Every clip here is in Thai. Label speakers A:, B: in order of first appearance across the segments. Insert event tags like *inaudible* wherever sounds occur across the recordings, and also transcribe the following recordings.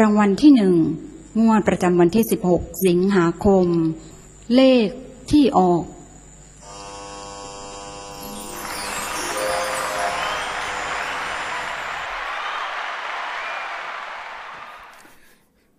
A: รางวัลที่หนึ่งงวดประจำวันที่ 16 สิงหาคม เลขที่ออก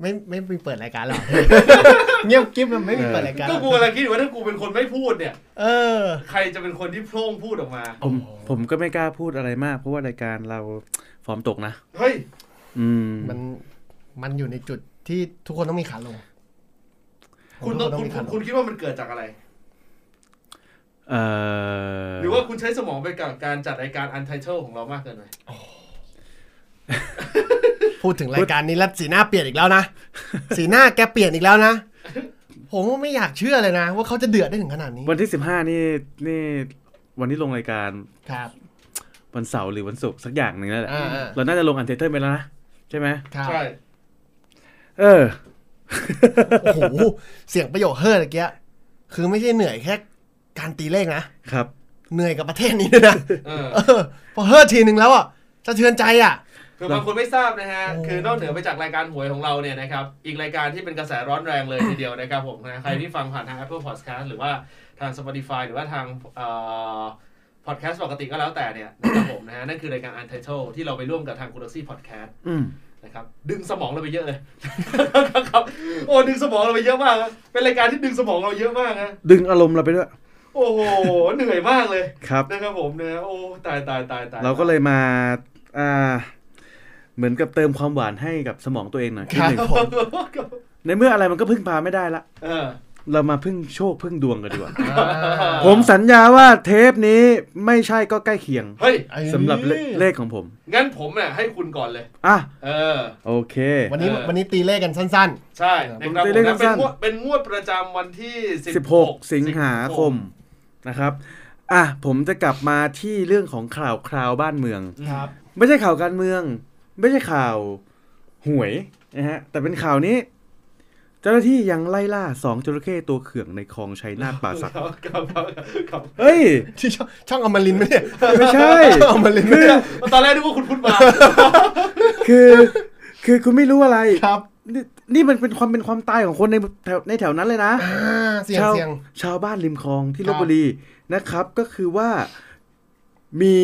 B: ไม่ไม่มีเปิดรายการหรอก
C: *laughs*
B: เงียบกิ๊บมันไม่มีเปิดรายการหร
C: ก็
B: อก
C: กูกำลังคิดอยู่ว่าถ้ากูเป็นคนไม่พูดเนี่ย
B: เออ
C: ใครจะเป็นคนที่โพร่งพูดออกมา
D: ผมผมก็ไม่กล้าพูดอะไรมาก เพราะว่ารายการเราฟอร์มตกนะ
C: เฮ้ย
D: อืม
B: มันมันอยู่ในจุดที่ทุกคนต้องมีขาลง
C: คุณต้อง
B: ทุก
C: คุณ
B: มี
C: คุ
B: ขา
C: ณ
B: ลง
C: คุณคิดว่ามันเกิดจากอะไร
D: เอ่อ
C: หรือว่าคุณใช้สมองไปกับการจัดรายการ Untitled ของเรามากเกินไป
B: พูดถึงรายการนี้แล้วสีหน้าเปลี่ยนอีกแล้วนะ สีหน้าแกเปลี่ยนอีกแล้วนะ ผมว่าไม่อยากเชื่อเลยนะ ว่าเขาจะเดือดได้ถึงขนาดนี้
D: วันที่สิบห้านี่นี่ วันที่ลงรายการ
B: ครับ
D: วันเสาร์หรือวันศุกร์สักอย่างหนึ่งนั่นแหละ
B: อ่าๆ
D: เราน่าจะลงอันเทเตอร์ไปแล้วนะ ใช่ไหม
B: ครับ
C: ใช่
D: เออ *laughs*
B: โอ้โหเสียงประโยคเฮ้อตะเกียคือไม่ใช่เหนื่อยแค่การตีเลขนะครับ เหนื่อยกับประเทศนี้ด้วยนะ
C: เอ
B: *laughs*
C: อ
B: เออพอเฮ้อทีนึงแล้วอ่ะสะเทือนใจอ่ะ
C: เผื่อบางคนไม่ทราบนะฮะ
B: โอ้
C: คือนอกเหนือไปจากรายการหวยของเราเนี่ยนะครับ อีกรายการที่เป็นกระแสร้อนแรงเลยทีเดียวนะครับผมนะ ใครที่ฟังผ่านทาง Apple Podcast หรือว่าทาง Spotify หรือว่าทางเอ่อพอดแคสต์ปกติก็แล้วแต่เนี่ยนะครับผมนะฮะ นั่นคือรายการ Untitled ที่เราไปร่วมกับทางคุณลักซี่พอดแคส
D: อืม
C: นะครับดึงสมองเราไปเยอะเลย ครับโอ้ดึงสมองเราไปเยอะมากนะเป็นรายการที่ดึงสมองเราเยอะมากนะ
D: ดึงอารมณ์เราไปด้วย
C: โอ้โห เหนื่อยมากเลย
D: ครับ
C: นะครับผมนะโอ้ตายตายตายตาย
D: เราก็เลยมาอ่าเหมือนกับเติมความหวานให้กับสมองตัวเองหน่อยนิดหนึ่ง
B: ครับผม
D: ในเมื่ออะไรมันก็พึ่งพาไม่ได้ละ
C: เออ
D: เรามาพึ่งโชคพึ่งดวงกันดีกว่า
B: อ่า
D: ผมสัญญาว่าเทปนี้ไม่ใช่ก็ใกล้เคียง
C: เฮ้ย
D: สำหรับเลเลขของผม
C: งั้นผมเนี่ยให้คุณก่อนเลย
D: อ่ะ
C: เออ
D: โอเค
B: วันนี้
C: เออ
B: วันนี้ตีเลขกันสั้น
C: ใช่นะครับ
D: ผม
C: ผม
D: จะเล่น
C: นะเป็
D: สั้
C: น
D: นๆ
C: งวดเป็นงวดประจำวันที่
D: 16 สิงหาคมนะครับ อ่ะ ผมจะกลับมาที่เรื่องของข่าวคราวบ้านเมือง
B: ๆ ครับ
D: ไม่ใช่ข่าวการเมือง ไม่ใช่ข่าวหวยนะฮะ แต่เป็นข่าวนี้ เจ้าหน้าที่ยังไล่ล่าสองจระเข้ตัวเขื่องในคลองชัยนาทป่าสัก
C: ครับครับครับ
D: เฮ้ย
B: ที่ช่องช่องอมรินทร์ไหมเนี่ย
D: ไม่ใช่
B: ช่องอมรินทร์ไหมเนี่ย
C: ตอนแรกนึกว่าคุณพูดมา
D: คือ คือคุณไม่รู้อะไร
B: ครับ
D: นี่นี่มันเป็นความเป็นความตายของคนในแถวในแถวนั้นเลยนะ
B: อ่าเสียง
D: ชาว
B: เสียง
D: ชาวบ้านริมคลองที่
B: ค
D: ล
B: รั
D: บบ บุรีนะครับ ก็คือว่ามี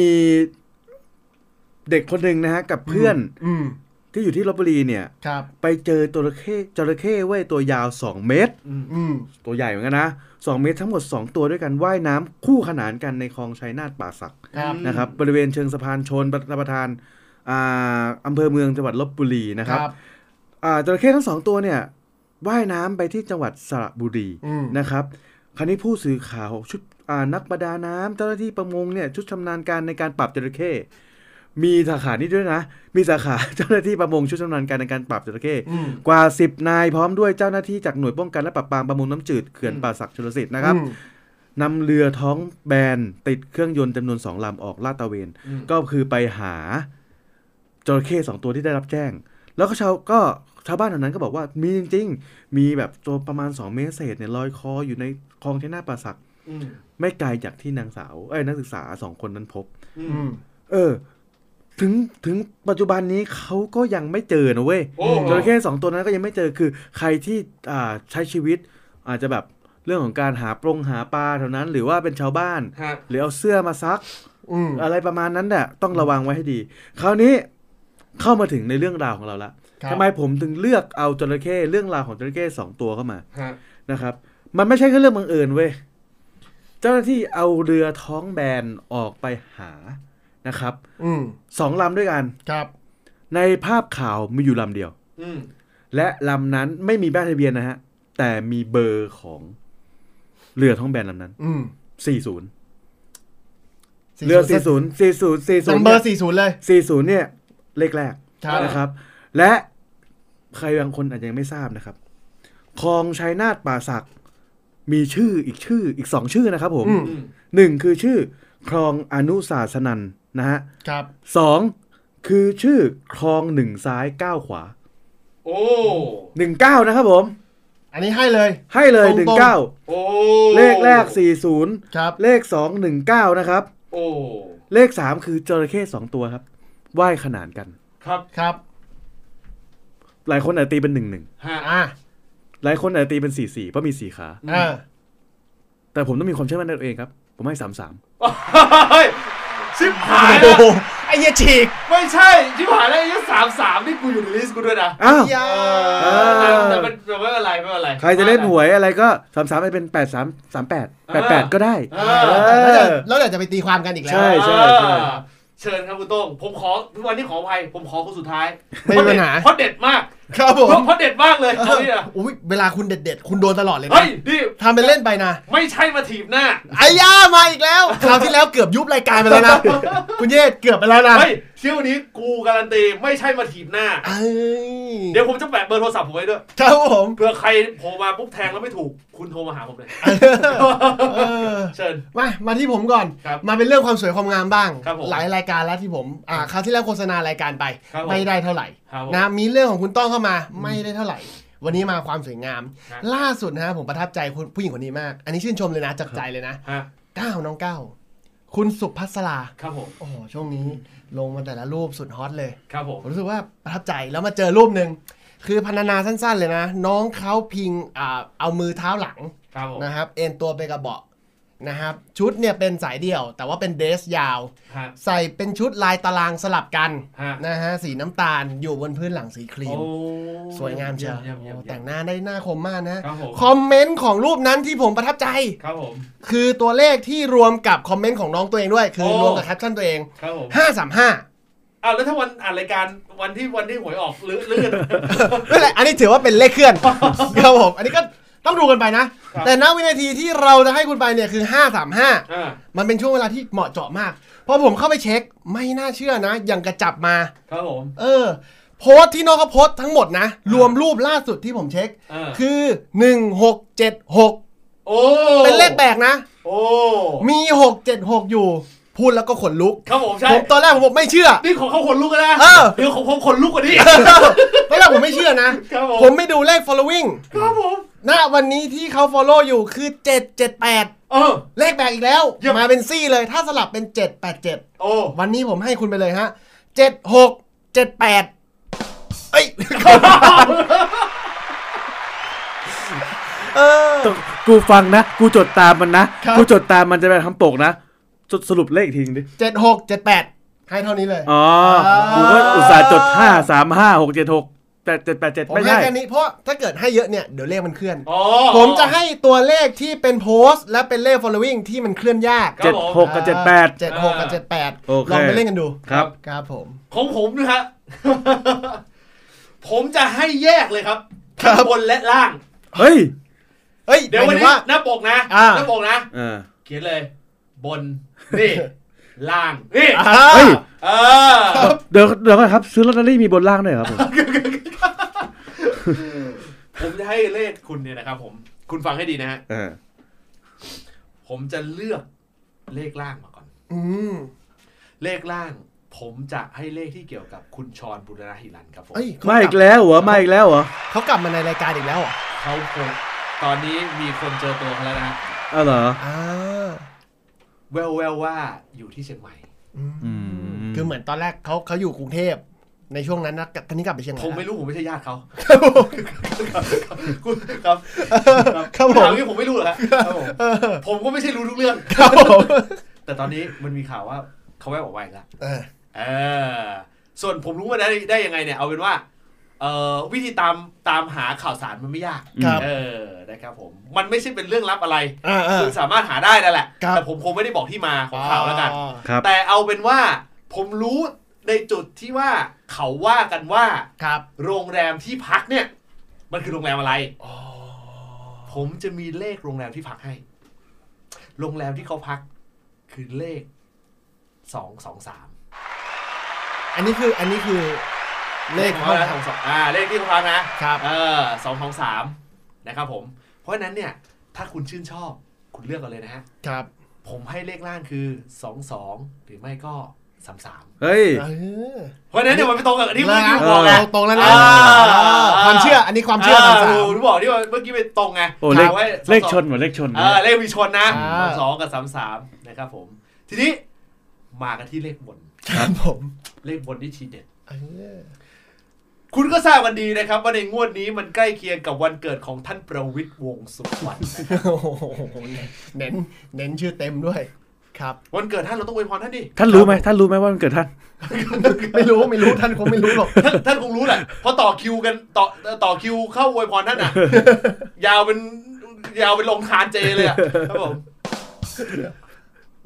D: เด็กคนหนึ่งนะฮะ กับเพื่อน
B: อืม
D: ที่อยู่ที่ลบบุรีเนี่ย
B: ครับ
D: ไปเจอตัวระเข้จระเข้เว้ยตัวยาว 2 เมตร
B: อืม
D: ตัวใหญ่เหมือนกันนะ 2 เมตรทั้งหมด 2 ตัวด้วยกันว่ายน้ำคู่ขนานกันในคลองชัยนาทป่าสัก
B: ครับ
C: อืม
D: นะครับ บริเวณเชิงสะพานชนรับประทานอ่าอำเภอเมืองจังหวัดลบบุรีนะครับ อ่าจระเข้ทั้งสองตัวเนี่ยว่ายน้ำไปที่จังหวัดสระบุรี
B: อืม
D: นะครับ คราวนี้ผู้สื่อข่าวชุดอ่านักประดาน้ำเจ้าหน้าที่ประมงเนี่ยชุดชำนาญการในการปราบจระเข้มีสาขานี้ด้วยนะ มีสา *laughs* ขาเจ้าหน้าที่ประมงชุดชำนาญการในการปราบจระเข้
B: อืม
D: กว่า 10 นายพร้อมด้วยเจ้าหน้าที่จากหน่วยป้องกันและปราบปรามประมงน้ำจืดเขื่อนป่าศักชลสิทธิ์นะครับ
B: อืม
D: นำเรือท้องแบนติดเครื่องยนต์จำนวนสองลำออกลาดตระเวน
C: อืม
D: ก็คือไปหาจระเข้สองตัวที่ได้รับแจ้ง แล้วก็ชาวก็ชาวบ้านแถวนั้นก็บอกว่ามีจริง ๆ มีแบบตัวประมาณ 2 เมตรเศษเนี่ยลอยคออยู่ในคลองชัยนาทป่าสัก
C: อืม
D: ไม่ไกลจากที่นางสาวเอ้ยนักศึกษาสองคนนั้นพบ
C: อื
B: อื
C: ม
B: ม
D: เออ ถึงถึงปัจจุบันนี้เขาก็ยังไม่เจอนะเว้ย
C: โอ้
D: จระเข้สองตัวนั้นก็ยังไม่เจอคือใครที่อ่าใช้ชีวิต อาจจะแบบเรื่องของการหาปรงหาปลาเท่านั้น หรือว่าเป็นชาวบ้าน
C: ฮะ
D: หรือเอาเสื้อมาซัก
B: อืม
D: อะไรประมาณนั้นแหละต้องระวังไว้ให้ดี คราวนี้เข้ามาถึงในเรื่องราวของเราละ
B: ครับ
D: ทำไมผมถึงเลือกเอาจระเข้เรื่องราวของจระเข้สองตัวเข้ามา
C: ฮะ
D: นะครับ มันไม่ใช่แค่เรื่องบังเอิญเว้ยเจ้าหน้าที่เอาเรือท้องแบนออกไปหานะครับ
B: อืม
D: สองลำด้วยกัน
B: ครับ
D: ในภาพข่าวมีอยู่ลำเดียว
C: อืม
D: และลำนั้นไม่มีบ้านทะเบียนนะฮะ แต่มีเบอร์ของเรือท้องแบนลำนั้น
B: อืม
D: 40 เรือ 40 40 40
B: นัมเบอร์สี่ศูนย์เลย
D: 40 เนี่ย เลขแรก
B: ครับ
C: อ่า
D: นะครับ และใครบางคนอาจจะยังไม่ทราบนะครับ คลองชัยนาทป่าสัก มีชื่ออีกชื่ออีกสองชื่อนะครับผม
B: อืม
C: อืม
D: หนึ่งคือชื่อ คลองอนุสาสนันนะฮะ
B: ครับ
D: สองคือชื่อคลองหนึ่งซ้ายเก้าขวา
C: โอ้
D: หนึ่งเก้านะครับผม
B: อันนี้ให้เลย
D: ให้เลยห
B: ตร
D: นึ่
B: ง
D: ง
B: ๆ
D: เก้า
C: โอ้
D: เลขแรก 40
B: ครับ
D: เลข 219 นะครับ
C: โอ้
D: เลข 3 คือจระเข้2ตัวครับว่ายขนานกัน
C: ครับ
B: ครับ
D: หลายคนอาจจะตีเป็นหนึ่งหนึ่ง
C: ฮะ
B: อ่า
D: หลายคนอาจจะตีเป็นสี่สี่เพราะมีสี่ขา
B: อ่า
D: แต่ผมต้องมีความเชื่อมั่นในตัวเองครับ ผมให้สามสาม
C: เฮ้ยชิบหาย
B: โอ้
C: แล้ว
B: โหไอ้เหี้ยฉีก
C: ไม่ใช่ชิบหายแล้วไอ้สามสามนี่กูอยู่ในลิสต์กูด้วยนะ
D: อ้าว
B: ยา
C: เออแต่แต่มันแต่ไม่เป็นไรไม่เป็นไร
D: ใครจะเล่นหวยอะไรก็สามสามไปเป็นแปดสามสามแปดแปดแปดก็ได้
C: เอ
B: แล้ว
D: เอ
B: เดี๋ยว
D: อ
B: แล้วเดี๋ยวจะไปตีความกันอีกแล้ว
D: ใช่ ใช่
C: อ่าเชิญครับคุณโต้งผมขอวันนี้ขออภัยผมขอคนสุดท้าย
B: ไม่มีปัญหา
C: เพราะเด็ดมาก
B: ครับผม
C: เพราะเพราะเด็ดมากเลย
B: เอ
C: เอา
B: อ
C: เนี่ย
B: อุ้ยเวลาคุณเด็ดๆ คุณโดนตลอดเลย
C: เฮ้
B: นะ
C: ยนี่
B: ทำเป็นเล่นไปนะ
C: ไม่ใช่มาถีบหน้า
B: ไอ้ย่ามาอีก
C: *laughs*
B: แล้วคราวที่แล้วเกือบยุบรายการไปแล้วนะ คุณเยศเกือบไปแล้วนะ
C: เฮ้ยเที่ยวนี้กูการันตีไม่ใช่มาถีบหน้า
B: เอ้ย
C: เดี๋ยวผมจะแปะเบอร์โทรศัพท์ผมไว้ด้วย
B: ครับผม
C: เผื่อใครโผล่มาปุ๊บแทงแล้วไม่ถูก คุณโทรมาหาผมเลย
B: เออ
C: เชิญ
B: มา มาที่ผมก่อน
C: ครับ
B: มาเป็นเรื่องความสวยความงามบ้าง
C: ครับผม
B: หลายรายการแล้วที่ผม อ่า คราวที่แล้วโฆษณารายการไป
C: ครับผม
B: ไม่ได้เท่าไหร่
C: ครับผม
B: นะ มีเรื่องของคุณต้องเข้ามา ไม่ได้เท่าไหร่ วันนี้มาความสวยงาม
C: ครับ
B: ล่าสุดนะฮะผมประทับใจคุณผู้หญิงคนนี้มาก อันนี้ชื่นชมเลยนะ จากใจเลยนะ
C: ฮะ
B: ก้าวน้องก้าวคุณสุพัสรา
C: ครับผม
B: โอ้โห ช่วงนี้ลงมาแต่ละรูปสุดฮอตเลย
C: ครับผม
B: ผมรู้สึกว่าประทับใจแล้วมาเจอรูปหนึ่ง คือพรรณนาสั้นๆเลยนะ น้องเขาพิง อ่า เอามือเท้าหลัง
C: ครับผม
B: นะครับเอ็นตัวไปกับเบาะนะครับชุดเนี่ยเป็นสายเดี่ยว แต่ว่าเป็นเดรสยาว
C: ฮะ
B: ใส่เป็นชุดลายตารางสลับกัน
C: ฮะ
B: นะฮะสีน้ำตาลอยู่บนพื้นหลังสีครีม
C: โอ้
B: สวยงามเชียว
C: เยี่ยมเยี่ยม
B: โอ้
C: เยี่ย
B: แต่
C: ม
B: งหน้าได้หน้าคมมากนะครับ
C: ผม
B: คอมเมนต์ของรูปนั้นที่ผมประทับใจ
C: ครับผม
B: คือตัวเลขที่รวมกับคอมเมนต์ของน้องตัวเองด้วย คือ
C: โอ้
B: รวมกับแคปชั่นตัวเอง
C: ครับผม
B: 535
C: อ้าวแล้วถ้าวันอ่านรายการวันที่วันที่หวยออกลื่น
B: *laughs*
C: ลื่น
B: นั่นแหละอันนี้ถือว่าเป็นเลขเคลื่อน *laughs* ครับผมอันนี้ก็ต้องดูกันไปนะ
C: ครับ
B: แต่ณวินาทีที่เราจะให้คุณไปเนี่ยคือ 535
C: อ่า
B: มันเป็นช่วงเวลาที่เหมาะเจาะมากพอผมเข้าไปเช็คไม่น่าเชื่อนะ อย่างกระจับมา
C: ครับผม
B: เออ โพสต์ที่น้องเขาโพสต์ทั้งหมดนะ รวมรูปล่าสุดที่ผมเช็ค
C: อ่า
B: คือ 1676
C: โอ้
B: เป็นเลขแปลกนะ
C: โอ้
B: มี 676 อยู่ พูดแล้วก็ขนลุก
C: ครับผมใช่
B: ผมตอนแรกผมบอกไม่เชื่อ *laughs*
C: นี่ของเขาขนลุกนะ
B: เออ
C: เดี๋ยวของผมขนลุกกว่านี้
B: ตอนแรกผมไม่เชื่อนะ
C: ครับผม
B: ผมไม่ดูเลข following
C: ครับผม
B: ณวันนี้ที่เขา follow อยู่คือ 778
C: เออ
B: เลขแปลกอีกแล้ว
C: เยี่ยม
B: มาเป็นซี่เลย ถ้าสลับเป็น 787
C: โอ้
B: วันนี้ผมให้คุณไปเลยฮะเจ็ดหกเจ็ดแปดเอ้ย เออ
D: กูฟังนะ กูจดตามมันนะ
B: ครับ
D: กูจดตามมันจะไปทำปกนะจดสรุปเลขอีกทีนึงดิ
B: เจ็ดหกเจ็ดแปดให้เท่านี้เลย
D: อ๋อ
B: อ่า
D: กูก็อุตส่าห์จดห้าสามห้าหกเจ็ดหกแปดเจ็ดแปดเจ็ด
B: ผม
D: ไม่
B: ให้
D: ใช่
B: แค่นี้เพราะถ้าเกิดให้เยอะเนี่ย เดี๋ยวเลขมันเคลื่อน
C: อ๋อ
B: ผมจะให้ตัวเลขที่เป็นโพสต์ และเป็นเลข following ที่มันเคลื่อนยาก
C: ครั
D: เจ็ดหกกับเจ็ดแปด
B: เจ็ดหกกับเจ็ดแปด
D: โอเค
B: ลองไปเล่นกันดู
D: ครับ
B: ครับผม
C: ของผมนะฮ *laughs* ะ ผมจะให้แยกเลยครับ
B: ครับ
C: บนและล่าง
D: เฮ้ย
B: เฮ้ย
C: เดี๋ยว
B: ห
C: วั
B: มาน ยถึง
C: นี้
B: ว่า
C: หน้าปกนะ
B: อ่า
C: หน้าปกนะ
D: อ่า
C: เขียนเลย บน
B: *laughs*
C: นี่ ล่าง นี่
B: อ่า
D: เฮ้ย
C: เออ
D: เดี๋ยวเดี๋ยวก่อนครับ ซื้อลอตเตอรี่มีบนล่างด้วยเหรอครับผม
C: ผมจะให้เลขคุณเนี่ยนะครับ ผม คุณฟังให้ดีนะฮะ
D: อ่า
C: ผมจะเลือกเลขล่างมาก่อน
B: อืม
C: เลขล่าง ผมจะให้เลขที่เกี่ยวกับคุณชรบุรณะหิรันครับผม
B: เอ้ยเขา
D: มาอีก
B: กลับ
D: แล้วเหรอมาอีกแล้วเหรอ
B: เขากลับมาในรายการอีกแล้วเหรอ
C: เขาคงตอนนี้มีคนเจอตัวเขาแล้วนะฮะ
D: เอาเหรอ
B: อ่า
C: แววแววๆว่าอยู่ที่เชียงใหม่
B: อืม
D: อืม
B: คือเหมือนตอนแรกเขาเขาอยู่กรุงเทพในช่วงนั้นนะตอนนี้กลับไปเชียง
C: ผ
B: ราม ย
C: ไม่
B: แล้ว
C: รู้ผมไม่ใช่ญาติเขา *laughs* คุณครับ
B: ครับผม
C: ถามอย่างนี้ผมไม่รู้เหรอฮะครับผม
B: เออ
C: ผมก็ไม่ใช่รู้ทุกเรื่อง
B: ครับผม
C: แต่ตอนนี้มันมีข่าวว่าเขาแววออกไปแล้ว
B: เออ
C: เออ ส่วนผมรู้มาได้ได้ยังไงเนี่ย เอาเป็นว่า เอ่อวิธีตามตามหาข่าวสารมันไม่ยาก
D: ครับ
C: เออนะครับผม มันไม่ใช่เป็นเรื่องลับอะไร
B: อ่าอ่า
C: คุณสามารถหาได้นั่นแหละ
B: ครับ
C: แต่ผมคงไม่ได้บอกที่มาของข่าวแล้วกัน
D: ครับ
C: แต่เอาเป็นว่าผมรู้ในจุดที่ว่าเขาว่ากันว่า
B: ครับ
C: โรงแรมที่พักเนี่ย มันคือโรงแรมอะไร ผมจะมีเลขโรงแรมที่พักให้ โรงแรมที่เขาพัก คือเลขสองสองสาม
B: อันนี้คืออันนี้คือเลข
C: เขา
B: เข้า
C: สองสองอ่า เลขที่เขาพักนะครับ เออสองสองสามนะครับผม เพราะฉะนั้นเนี่ย ถ้าคุณชื่นชอบคุณเลือกกันเลยนะฮะ
B: ครับ
C: ผมให้เลขล่างคือสองสองหรือไม่ก็สามสาม
D: เฮ้ย
B: เออ
C: เพราะฉะนั้นเนี่ยมันไปตรงกับที่
B: แล้
C: เมื่อกี้
B: ว
C: ผมบอกไง
B: เราตรงแล้วนะ
C: อ่า
B: เออความเชื่ออันนี้ความเชื่อตามสาม
C: เออผมบอกที่ว่าเมื่อกี้ไปตรงไง
D: โอ้เลข
C: ถามไว้
D: เลข
C: สองสอง
D: ชนเหมือนเลขชน
C: เออเลขมีชนนะ
B: อ่า
C: สองกับสามสามนะครับผม ทีนี้มากันที่เลขบน
B: ครับผม
C: เลขบนที่ทีเด็ด
B: เออ
C: คุณก็ทราบกันดีนะครับว่าในงวดนี้มันใกล้เคียงกับวันเกิดของท่านประวิทย์วงษ์สุวรรณนะ
B: โอ้โหเน้นเน้นชื่อเต็มด้วย ครับ
C: วันเกิดท่านเราต้องอวยพรท่านดิ
D: ท่านรู้ไหมท่านรู้ไหมว่ามันเกิดท่าน
B: ไม่รู้ไม่รู้ท่านคงไม่รู้หรอก
C: ท่านท่านคงรู้แหละเพราะต่อคิวกันต่อต่อคิวเข้าอวยพรท่านอ่ะ ยาวเป็นยาวเป็นลงคานเจเลยอ่ะครับผม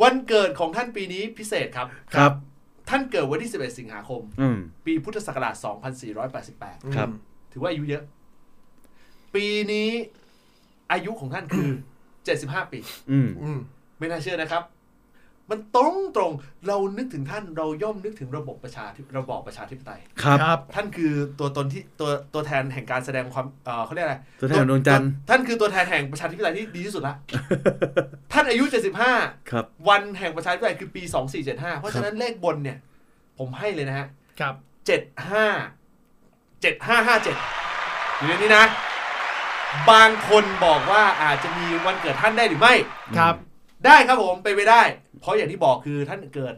C: วันเกิดของท่านปีนี้พิเศษครับ
D: ครับ
C: ท่านเกิดวันที่ 11 สิงหาคม
D: อืม
C: ปีพุทธศักราช 2488
D: ครับ
C: ถือว่าอายุเยอะ ปีนี้อายุของท่านคือ *coughs* 75 ปี
D: อืม
B: อืม
C: ไม่น่าเชื่อนะครับ มันตรงตรงๆเรานึกถึงท่านเราย่อมนึกถึงระบบประชาธิระบอบประชาธิปไตย
D: ครับ
B: ครับ
C: ท่านคือตัวตนที่ตัวตัวแทนแห่งการแสดงความเอ่อเขาเรียกอะไร
D: ตัวแทนของดวงจันทร์
C: ท่านคือตัวแทนแห่งประชาธิปไตยที่ดีที่สุ
D: *laughs*
C: ดละ ท่านอายุ 75
D: ครับ
C: วันแห่งประชาธิปไตยคือปี 2475 เพราะฉะนั้นเลขบนเนี่ย ผมให้เลยนะฮะ
B: ครับ
C: 75 7557อยู่ในนี้นะ บางคนบอกว่าอาจจะมีวันเกิดท่านได้หรือไม่
B: ครับ
C: ได้ครับผมเป็นไปได้ เพราะอย่างที่บอกคือท่านเกิด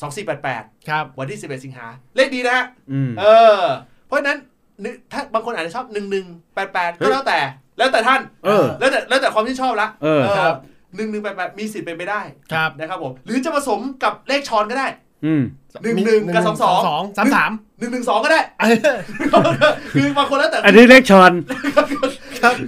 C: 2488
B: ครับ
C: วันที่ 11 สิงหาเลขดีนะฮะ
D: อืม
C: เออ เพราะฉะนั้นนึกถ้าบางคนอาจจะชอบหนึ่งหนึ่งแปดแปด
D: เฮ้
C: ก็
D: ย
C: แล้วแต่ แล้วแต่ท่าน
D: เออ
C: แล้วแต่แล้วแต่ความที่ชอบละ
D: เออ
B: ครับ
C: หนึ่งหนึ่งแปดแปดมีสิทธิ์เป็นไปได้
B: ครับ
C: นะครับผม หรือจะผสมกับเลขชอนก็ได้
D: อืม
C: หนึ่งหนึ่งกับสองสอง
B: สองสามสาม
C: หนึ่งหนึ่งสองก็ได้ *laughs* คือบางคนแล้วแต่
D: อันนี้เลขชอน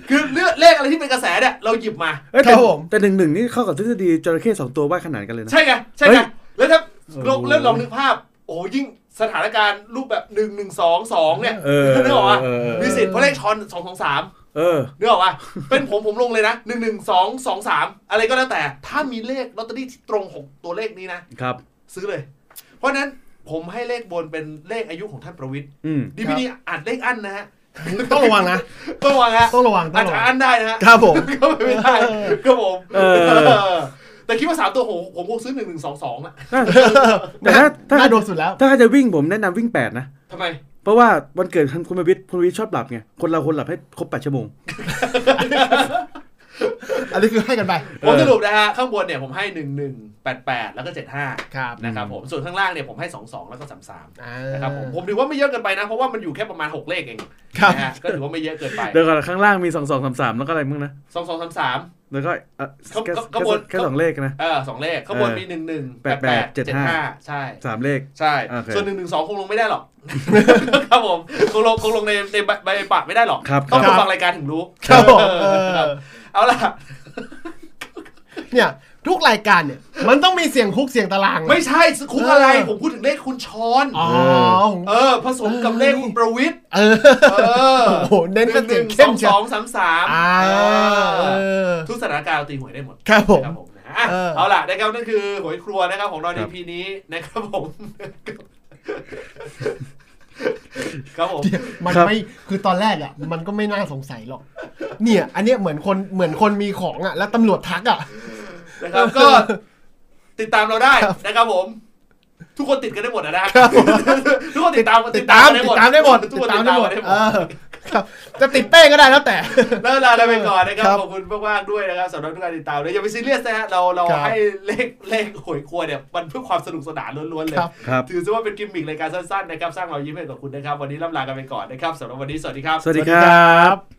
C: คือเลือกเลขอะไรที่เป็นกระแสเนี่ยเราหยิบมา
D: เอ้ยแต่
B: ครับผม
D: แต่หนึ่งหนึ่งนี่เข้ากับทฤษฎีจระเข้สองตัวว่ายขนานกันเลยนะ
C: ใช่ไงใช่ไง
D: เฮ้ย
C: แล้วถ้า
D: เอ
C: ล
D: อ
C: องเริ่มลองนึกภาพ โอ้โหยิ่งสถานการณ์รูปแบบหนึ่งหนึ่งสองสองเนี่ย
D: เออ
C: *laughs* นึกออกปะ
D: เออ
C: มีสิทธิ์เพราะเลขชอนสองสองสาม
D: เออ
C: นึกออกปะ เป็นผมผมลงเลยนะหนึ่งหนึ่งสองสองสามอะไรก็แล้วแต่ ถ้ามีเลขลอตเตอรี่ที่ตรงหกตัวเลขนี้นะ
D: ครับ
C: ซื้อเลย เพราะฉะนั้นผมให้เลขบนเป็นเลขอายุของท่านประวิทย์
D: อืม
C: ดีพี่นี่อ่านเลขอันนะฮะ
B: ต้องระวังนะ
C: ต้องระวังฮะ
B: ต้องระวังต้
C: อา
B: อ
C: จ
B: งระ
C: จะ
B: วัง
C: อันได้นะฮะ
B: ครับผม
C: *laughs* ก็ไม่ได้ก็ผม
D: เออ
C: เออแต่คิดว่าสามตัวผมผมคงซื้อหนึ่งหนึ่งสองสองอะ
D: แต่ถ้าถ้า
B: น่าโดนสุดแล้ว
D: ถ้าจะวิ่งผมแนะนำวิ่งแปดนะ
C: ทำไม
D: เพราะว่าวันเกิดท่านคุณประวิทย์คุณประวิทย์ชอบหลับไง คนเราคนหลับให้ครบแปดชั่วโมง
B: อันนี้คือให้กันไป
C: ผมสรุปนะฮะ ข้างบนเนี่ยผมให้หนึ่งหนึ่งแปดแปดแล้วก็เจ็ดห้า
B: ครับ
C: นะครับผมส่วนข้างล่างเนี่ยผมให้สองสองแล้วก็สามสาม
B: อ่า
C: นะครับผมผมถือว่าไม่เยอะเกินไปนะ เพราะว่ามันอยู่แค่ประมาณ 6 เลขเอง
B: ครับ
C: นะฮะก็ถือว่าไม่เยอะเกินไป
D: เดี๋ยวก่อนข้างล่างมีสองสองสามสามแล้วก็อะไรมึงนะ
C: สองสองสามสาม
D: แล้วก็เอ่อ
C: ข้าง
D: แค่
C: ข้างบน
D: แค่สองเลขนะ
C: เออสองเลขข้างบนมีหนึ่งหนึ่งแปดแปด
D: 88
C: เจ็ดห้าใช่
D: สามเลข
C: ใช่
D: โอเค
C: ส่วนหนึ่งหนึ่งสองคงลงไม่ได้หรอก *laughs* ครับผมคงลงคงลงในในใบใบปากไม่ได้หรอก
D: ครับ
C: ต้อง
B: ครับ
C: ฟังรายการถึงรู้
B: ครับผม
C: เออ
B: เอ
C: ครั
B: อบ
C: เอาล่ะ
B: เนี่ย ทุกรายการเนี่ย มันต้องมีเสียงคุกเสียงตารางนะ
C: ไม่ใช่คุกอะไร
B: เออ
C: ผมพูดถึงเลขคุณชอน
B: อ๋อ
C: เออ ผสมกับเลขคุณประวิทย์
B: เออ
C: เออ
B: โอ้โหเน้นเป็นเสียงเข้ม
C: หนึ่
B: เชี
C: ห
B: ย
C: นึ่
B: ว
C: สองสองสามสาม
B: อ่า
C: เอ
B: เอ
C: อ
B: อ
C: ทุกสถานการณ์เราตีหวยได้หมด
B: ครับผม
C: ครับผมนะอ่ะ
B: เออ
C: เอาล่ะนะครับนั่นคือหวยครัวนะครับของเราใน
D: ครับ
C: พีนี้นะครับผม ครับผม
B: มันไม่ คือตอนแรกอ่ะ มันก็ไม่น่าสงสัยหรอก เนี่ย อันเนี้ยเหมือนคน เหมือนคนมีของอ่ะ แล้วตำรวจทักอ่ะ
C: นะครับ ก็ติดตามเราได้นะครับผม ทุกคนติดกันได้หมดนะนะครับ ทุกคนติดตาม
B: ติดตาม ติดตามได้หมด
C: ทุก
B: ติ
C: ค
B: ด
C: น
B: ตาม
C: ติด
B: ได้
C: ตาม
B: หมด
C: ได้หม
B: เอ
C: ด
B: อครับ จะติดเป้ก็ได้แล้วแต่
C: *laughs* แล้วลากันไปก่อนนะครับ
B: ครับ
C: ขอบคุณมากๆด้วยนะครับสำหรับทุกการติดตามเลยอย่าไปซีเรียสนะฮะเราเรา
B: ครับ
C: ให้เลขเลขหวยครัวเนี่ยมันเพื่อความสนุกสนานล้วนๆเลย
B: ครับ
D: ครับ
C: ถือซะว่าเป็นกิมมิครายการสั้นๆนะครับ สร้างรอยยิ้มให้กับคุณนะครับ วันนี้ล่ำลากันไปก่อนนะครับสำหรับวันนี้สวัสดีครับ
D: สวัสดีครับ